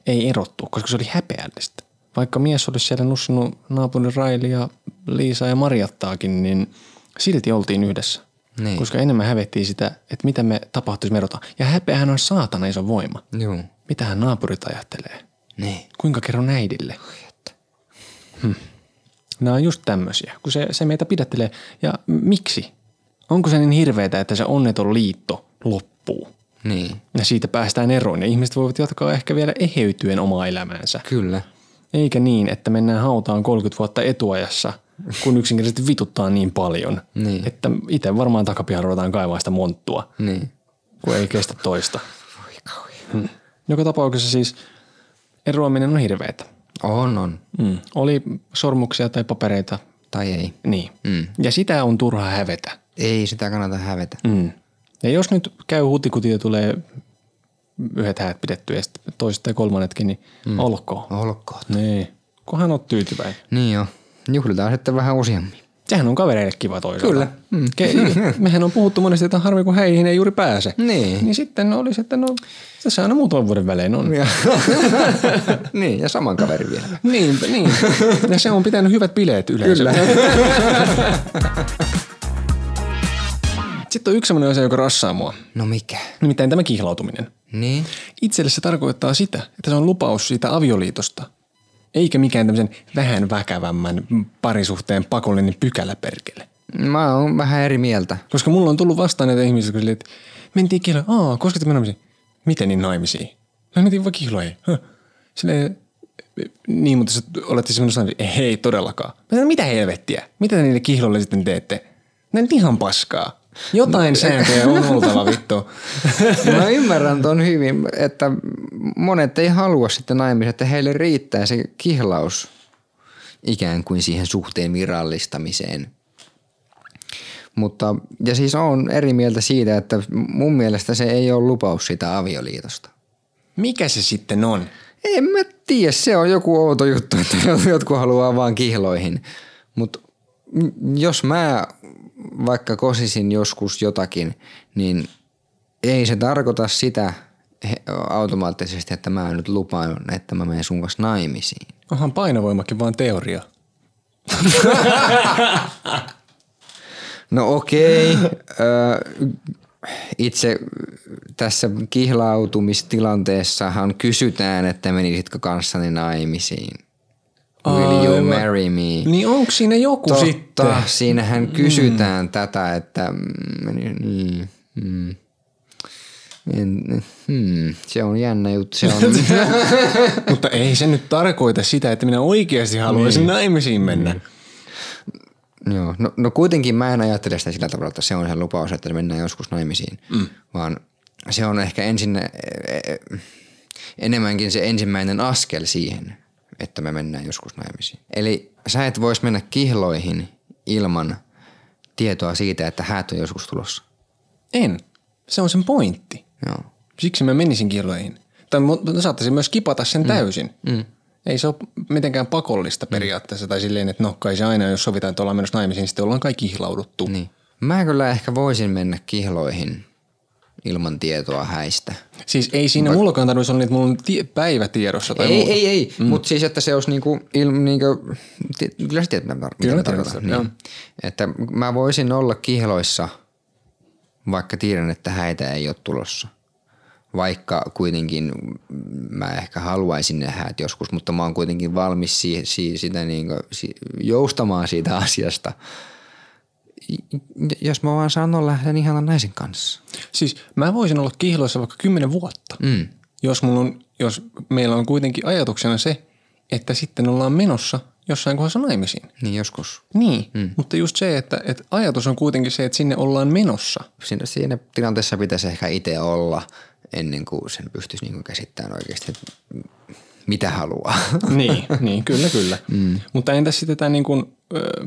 Speaker 3: ei erottu, koska se oli häpeällistä. Vaikka mies olisi siellä nussinut naapurin Raili ja Liisa ja Marjattaakin, niin silti oltiin yhdessä.
Speaker 1: Niin.
Speaker 3: Koska enemmän hävettiin sitä, että mitä me tapahtuisi, me erotaan. Ja häpeähän on saatana iso voima.
Speaker 1: Joo.
Speaker 3: Mitähän naapurit ajattelee?
Speaker 1: Niin.
Speaker 3: Kuinka kerron äidille? Hmm. Nämä on just tämmöisiä, kun se, se meitä pidättelee. Ja m- miksi? Onko se niin hirveetä, että se onneton liitto loppuu?
Speaker 1: Niin.
Speaker 3: Ja siitä päästään eroon ja ihmiset voivat jatkaa ehkä vielä eheytyen omaa elämäänsä.
Speaker 1: Kyllä.
Speaker 3: Eikä niin, että mennään hautaan 30 vuotta etuajassa, kun yksinkertaisesti vituttaa niin paljon,
Speaker 1: Niin.
Speaker 3: että itse varmaan takapihan ruvetaan kaivaa sitä monttua
Speaker 1: Niin.
Speaker 3: kun ei kestä toista. Hmm. Joka tapauksessa siis eroaminen on hirveetä.
Speaker 1: On, on.
Speaker 3: Mm. Oli sormuksia tai papereita,
Speaker 1: Tai ei.
Speaker 3: niin. Mm. Ja sitä on turha hävetä.
Speaker 1: Ei sitä kannata hävetä.
Speaker 3: Mm. Ja jos nyt käy hutikuti ja tulee yhdet häät pidettyä ja sitten toiset tai kolmannetkin, niin mm. olkoon.
Speaker 1: Olkoon.
Speaker 3: Niin. Kunhan oot tyytyväinen.
Speaker 1: Niin joo. Juhlitaan sitten vähän useammin.
Speaker 3: Sehän on kavereille kiva toisaalta. Kyllä. Mm. <laughs> Ke- mehän on puhuttu monesti, että on harmi, kun häihin ei juuri pääse.
Speaker 1: Niin.
Speaker 3: Niin sitten olisi, että no, tässä aina muutaman vuoden välein on.
Speaker 1: <laughs> niin, ja saman kaverin vielä.
Speaker 3: Niin, niin. Ja se on pitänyt hyvät bileet yleensä. Kyllä. <laughs> Sitten on yksi sellainen asia, joka rassaa mua.
Speaker 1: No mikä?
Speaker 3: Nimittäin tämä kihlautuminen.
Speaker 1: Niin?
Speaker 3: Itselle se tarkoittaa sitä, että se on lupaus siitä avioliitosta. Eikä mikään tämmöisen vähän väkävämmän parisuhteen pakollinen pykälä perkele.
Speaker 1: Mä oon vähän eri mieltä.
Speaker 3: Koska mulla on tullut vastaan näitä ihmisiä, jotka silleen, että mentiin kihloihin. Aa, koska te naimisiin? Miten niin naimisiin? No mentiin vaan kihloihin. Höh. Silleen, niin, mutta sä olette semmoinen naimisiin. Ei, ei todellakaan. Mä sanoin, mitä helvettiä? Mitä te niille kihloille sitten teette? Ne on ihan paskaa. Jotain sääntöjä on oltava vittu.
Speaker 1: Mä ymmärrän ton hyvin, että monet ei halua sitten naimisiin, että heille riittää se kihlaus ikään kuin siihen suhteen virallistamiseen. Mutta, ja siis on eri mieltä siitä, että mun mielestä se ei ole lupaus sitä avioliitosta.
Speaker 3: Mikä se sitten on?
Speaker 1: En mä tiedä, se on joku outo juttu, että <laughs> jotkut haluaa vaan kihloihin. Mutta jos mä vaikka kosisin joskus jotakin, niin ei se tarkoita sitä he- automaattisesti, että mä nyt lupaan, että mä menen sun kanssa naimisiin.
Speaker 3: Onhan painovoimakin vaan teoria.
Speaker 1: No okei. Öö, itse tässä kihlautumistilanteessahan kysytään, että menisitkö kanssani naimisiin. Will you
Speaker 3: Aivan.
Speaker 1: marry me?
Speaker 3: Niin onko siinä joku
Speaker 1: Totta,
Speaker 3: sitten? <laughs>
Speaker 1: siinähän kysytään mm. tätä, että mm, niin, mm, en, hmm, se on jännä juttu. Se <laughs> on,
Speaker 3: Mutta ei se nyt tarkoita sitä, että minä oikeasti haluaisin naimisiin mennä.
Speaker 1: joo, no, no kuitenkin mä en ajattele sitä sillä tavalla, että se on se lupaus, että mennään joskus naimisiin, mm. vaan se on ehkä ensin, eh, eh, enemmänkin se ensimmäinen askel siihen, että me mennään joskus naimisiin. Eli sä et vois mennä kihloihin ilman tietoa siitä, että häät on joskus tulossa.
Speaker 3: En. Se on sen pointti.
Speaker 1: Joo.
Speaker 3: Siksi mä menisin kiloihin. Tai mu- mä saattaisin myös kipata sen täysin. Mm. Ei se ole mitenkään pakollista periaatteessa tai silleen, että no kai se aina, jos sovitaan, että ollaan menossa naimisiin, sitten ollaan kaikki kihlauduttu.
Speaker 1: Niin. Mä kyllä ehkä voisin mennä kihloihin ilman tietoa häistä.
Speaker 3: Siis ei siinä Va- mullakaan tarvitsisi olla niin, että mulla on tie- päivä tiedossa tai
Speaker 1: Ei,
Speaker 3: muuta.
Speaker 1: ei, ei, mm. mutta siis että se olisi niinku, il, niinku ti, kyllä sä tiedät, mitä, tar- mitä
Speaker 3: Kyllä
Speaker 1: mä
Speaker 3: tiedän
Speaker 1: tarkoitan.
Speaker 3: sen,
Speaker 1: Niin. Että mä voisin olla kihloissa, vaikka tiedän, että häitä ei ole tulossa. Vaikka kuitenkin mä ehkä haluaisin ne häät joskus, mutta mä oon kuitenkin valmis si, si, sitä niinku, si, joustamaan siitä asiasta. J- Jos mä vaan saan olla lähden ihanan naisen kanssa.
Speaker 3: Siis mä voisin olla kihloissa vaikka kymmenen vuotta. Mm. Jos, mulla on, jos meillä on kuitenkin ajatuksena se, että sitten ollaan menossa jossain kohdassa naimisiin.
Speaker 1: Niin joskus.
Speaker 3: Niin, mm. mutta just se, että, että ajatus on kuitenkin se, että sinne ollaan menossa.
Speaker 1: Siinä, siinä tilanteessa pitäisi ehkä itse olla ennen kuin sen pystyisi niin käsittämään oikeasti, että m- mitä haluaa.
Speaker 3: <laughs> Niin, niin kyllä, kyllä. Mm. Mutta entäs sitten tämä niin kuin, ö,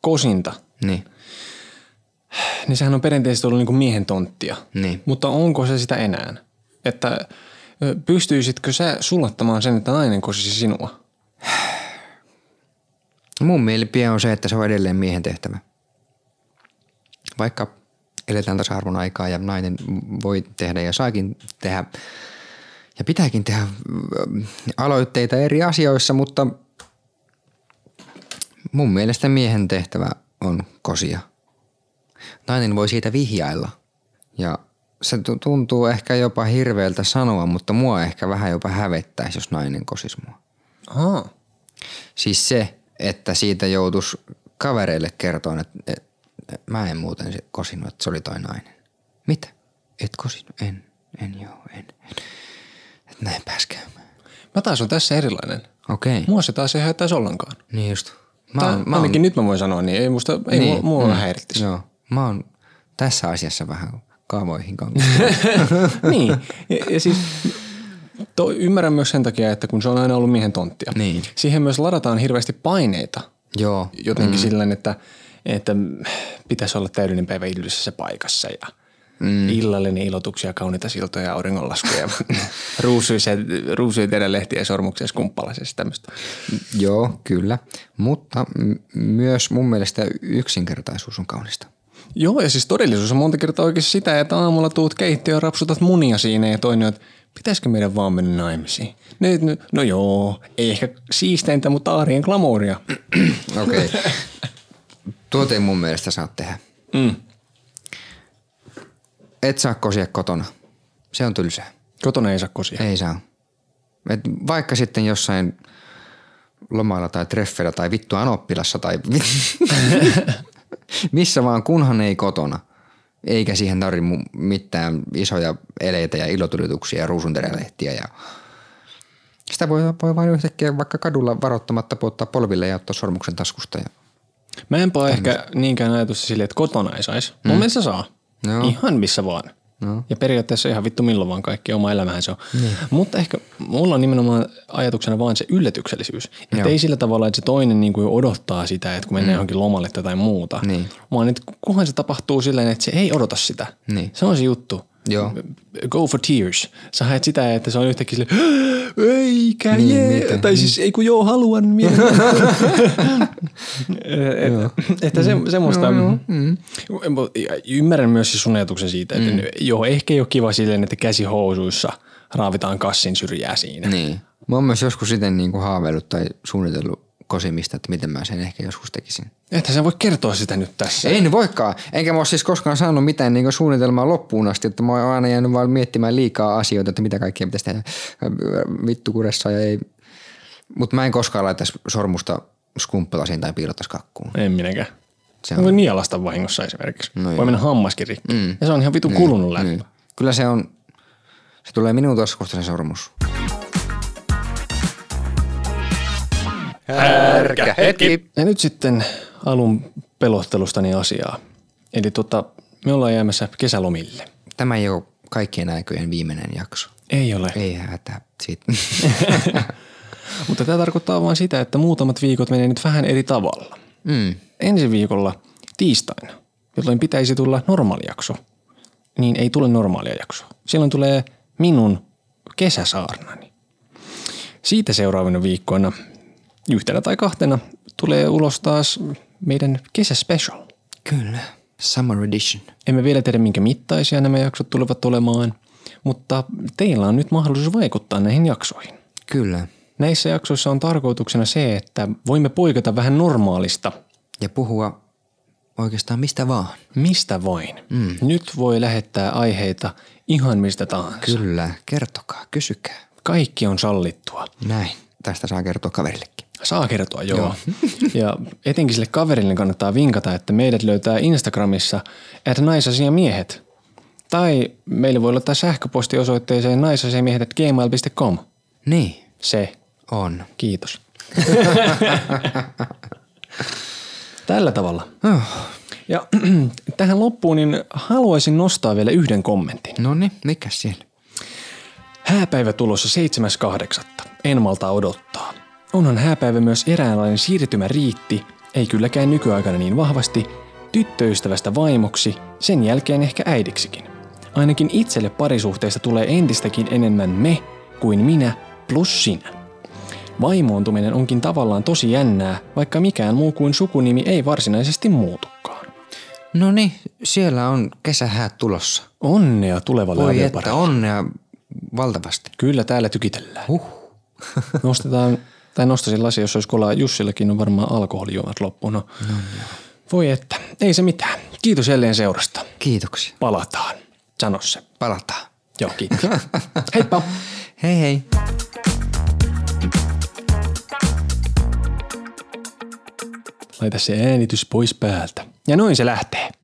Speaker 3: kosinta?
Speaker 1: niin.
Speaker 3: Niin sehän on perinteisesti ollut niin kuin miehen tonttia.
Speaker 1: Niin.
Speaker 3: Mutta onko se sitä enää? Että ö, pystyisitkö sä sulattamaan sen, että nainen kosisi sinua?
Speaker 1: Mun mielipide on se, että se on edelleen miehen tehtävä. Vaikka eletään tasa-arvon aikaa ja nainen voi tehdä ja saakin tehdä ja pitääkin tehdä mm, aloitteita eri asioissa, mutta mun mielestä miehen tehtävä on kosia. Nainen voi siitä vihjailla ja se tu- tuntuu ehkä jopa hirveältä sanoa, mutta mua ehkä vähän jopa hävettäisi, jos nainen kosis mua.
Speaker 3: Ahaa.
Speaker 1: Siis se, että siitä joutus kavereille kertoa, että et, et, mä en muuten se kosinut, että se oli toi nainen. Mitä? Et kosinut? En. En joo, en. Et näin pääs käymään.
Speaker 3: Mä taas on tässä erilainen.
Speaker 1: Okei. Okay.
Speaker 3: Mua se taas ei haittaisi ollenkaan.
Speaker 1: Niin just.
Speaker 3: Mä,
Speaker 1: oon-
Speaker 3: mä ainakin nyt mä voin sanoa, niin ei musta, ei niin. mua, mua mm. häirittisi.
Speaker 1: Joo. Mä oon tässä asiassa vähän kaavoihin kanssa.
Speaker 3: <laughs> niin. Ja, ja siis to, ymmärrän myös sen takia, että kun se on aina ollut miehen tonttia.
Speaker 1: Niin.
Speaker 3: Siihen myös ladataan hirveästi paineita.
Speaker 1: joo.
Speaker 3: Jotenkin mm. silleen, että, että pitäisi olla täydellinen päivä idyllisessä paikassa ja mm. illallinen ilotuksia, kauniita siltoja, auringonlaskuja, <laughs> ruusuisia, ruusuja teidän lehtiä ja sormuksia skumppalaisessa tämmöistä.
Speaker 1: Joo, kyllä. Mutta m- myös mun mielestä yksinkertaisuus on kaunista.
Speaker 3: Joo, ja siis todellisuus on monta kertaa oikeasti sitä, että aamulla tuut keittiöön, rapsutat munia siinä ja toinen on, että pitäisikö meidän vaan mennä naimisiin? Nyt, nyt, no joo, ei ehkä siisteintä, mutta arjen glamouria.
Speaker 1: Okei. Okay. Tuota ei mun mielestä saa tehdä. Mm. Et saa kosia kotona. Se on tylsää.
Speaker 3: Kotona ei saa kosia.
Speaker 1: Ei saa. Et vaikka sitten jossain lomailla tai treffeillä tai vittuaan oppilassa tai <laughs> missä vaan, kunhan ei kotona. Eikä siihen tarvi mu- mitään isoja eleitä ja ilotulituksia ja ruusunterälehtiä ja sitä voi, voi vain yhtäkkiä vaikka kadulla varoittamatta puottaa polville ja ottaa sormuksen taskusta. Ja...
Speaker 3: Mä enpä ole ehkä niinkään ajatusta silleen, että kotona ei saisi. Mm. Mun mielestä saa.
Speaker 1: Joo.
Speaker 3: Ihan missä vaan.
Speaker 1: No.
Speaker 3: Ja periaatteessa ihan vittu milloin vaan kaikki oma elämähän se on. Niin. Mutta ehkä mulla on nimenomaan ajatuksena vaan se yllätyksellisyys. Että
Speaker 1: Joo.
Speaker 3: ei sillä tavalla, että se toinen niin kuin odottaa sitä, että kun mennään mm. johonkin lomalle tai jotain muuta.
Speaker 1: Niin.
Speaker 3: Vaan että kunhan se tapahtuu silleen, että se ei odota sitä.
Speaker 1: Niin.
Speaker 3: Se on se juttu.
Speaker 1: Joo.
Speaker 3: Go for tears. Sä haet sitä, että se on yhtäkkiä silleen, eikä niin,
Speaker 1: Niin,
Speaker 3: jee.
Speaker 1: mitä?
Speaker 3: Tai siis ei kun joo, haluan mieltä. <laughs> Et- että se, semmoista. Mm. Mut Ymmärrän myös siis sun ajatuksen siitä, että mm. joo, ehkä ei ole kiva silleen, että käsi housuissa raavitaan kassin syrjää siinä.
Speaker 1: Niin. Mä oon myös joskus siten niin kuin haaveillut tai suunnitellut kosimista, että miten mä sen ehkä joskus tekisin.
Speaker 3: Että sä voi kertoa sitä nyt tässä.
Speaker 1: En voikaan. Enkä mä oo siis koskaan saanut mitään niin suunnitelmaa loppuun asti, että mä oon aina jäänyt vaan miettimään liikaa asioita, että mitä kaikkea pitäisi tehdä Äh, vittu kuressa ja ei. Mutta mä en koskaan laittaisi sormusta skumppalasiin tai piilottaisi kakkuun.
Speaker 3: En minäkään.
Speaker 1: Se
Speaker 3: Se on. Voi nielasta vahingossa esimerkiksi.
Speaker 1: No
Speaker 3: No voi
Speaker 1: joo.
Speaker 3: mennä hammaskin rikki. Mm. Ja se on ihan vitu kulunut läpi.
Speaker 1: Niin. Kyllä se on, se tulee minun taskusta se sormus.
Speaker 4: Härkä hetki.
Speaker 3: Ja nyt sitten alun pelottelustani asiaa. Eli tota, me ollaan jäämässä kesälomille.
Speaker 1: Tämä ei ole kaikkien aikojen viimeinen jakso.
Speaker 3: Ei ole.
Speaker 1: Ei hätää siitä. <laughs>
Speaker 3: Mutta tämä tarkoittaa vain sitä, että muutamat viikot menee nyt vähän eri tavalla.
Speaker 1: Mm.
Speaker 3: Ensi viikolla tiistaina, jolloin pitäisi tulla normaali jakso, niin ei tule normaalia jaksoa. Silloin tulee minun kesäsaarnani. Siitä seuraavina viikkoina yhtenä tai kahtena tulee ulos taas meidän kesäspecial.
Speaker 1: Kyllä. Summer edition.
Speaker 3: Emme vielä tiedä, minkä mittaisia nämä jaksot tulevat olemaan, mutta teillä on nyt mahdollisuus vaikuttaa näihin jaksoihin.
Speaker 1: Kyllä.
Speaker 3: Näissä jaksoissa on tarkoituksena se, että voimme poiketa vähän normaalista,
Speaker 1: Ja puhua oikeastaan mistä vaan.
Speaker 3: mistä vain. Mm. Nyt voi lähettää aiheita ihan mistä tahansa.
Speaker 1: Kyllä. Kertokaa, kysykää.
Speaker 3: Kaikki on sallittua.
Speaker 1: Näin. Tästä saa kertoa kaverillekin.
Speaker 3: Saa kertoa, joo. joo. <laughs> ja etenkin sille kaverille kannattaa vinkata, että meidät löytää Instagramissa että naisasiamiehet. Tai meillä voi laittaa sähköposti osoitteeseen naisasiamiehet gmail.com.
Speaker 1: Niin.
Speaker 3: Se
Speaker 1: On.
Speaker 3: Kiitos. <laughs> Tällä tavalla. Ja <clears throat> tähän loppuun niin haluaisin nostaa vielä yhden kommentin.
Speaker 1: No niin, mikä siellä?
Speaker 3: Hääpäivä tulossa 7.8. En malta odottaa. Onhan hääpäivä myös eräänlainen siirtymä riitti, ei kylläkään nykyaikana niin vahvasti, tyttöystävästä vaimoksi, sen jälkeen ehkä äidiksikin. Ainakin itselle parisuhteesta tulee entistäkin enemmän me kuin minä plus sinä. Vaimoontuminen onkin tavallaan tosi jännää, vaikka mikään muu kuin sukunimi ei varsinaisesti muutukaan.
Speaker 1: No niin, siellä on kesähäät tulossa.
Speaker 3: Onnea tulevalle
Speaker 1: Voi
Speaker 3: avioparille.
Speaker 1: että, onnea valtavasti.
Speaker 3: Kyllä täällä tykitellään.
Speaker 1: Huh.
Speaker 3: Nostetaan, tai nostaisin lasia, jos olisi kolaa. Jussillakin on varmaan alkoholijuomat loppuun. No. Voi että, ei se mitään. Kiitos jälleen seurasta.
Speaker 1: Kiitoksia.
Speaker 3: Palataan. Sano se.
Speaker 1: Palataan.
Speaker 3: Joo, kiitos. Heippa.
Speaker 1: Hei hei.
Speaker 3: Laita se äänitys pois päältä. Ja noin se lähtee.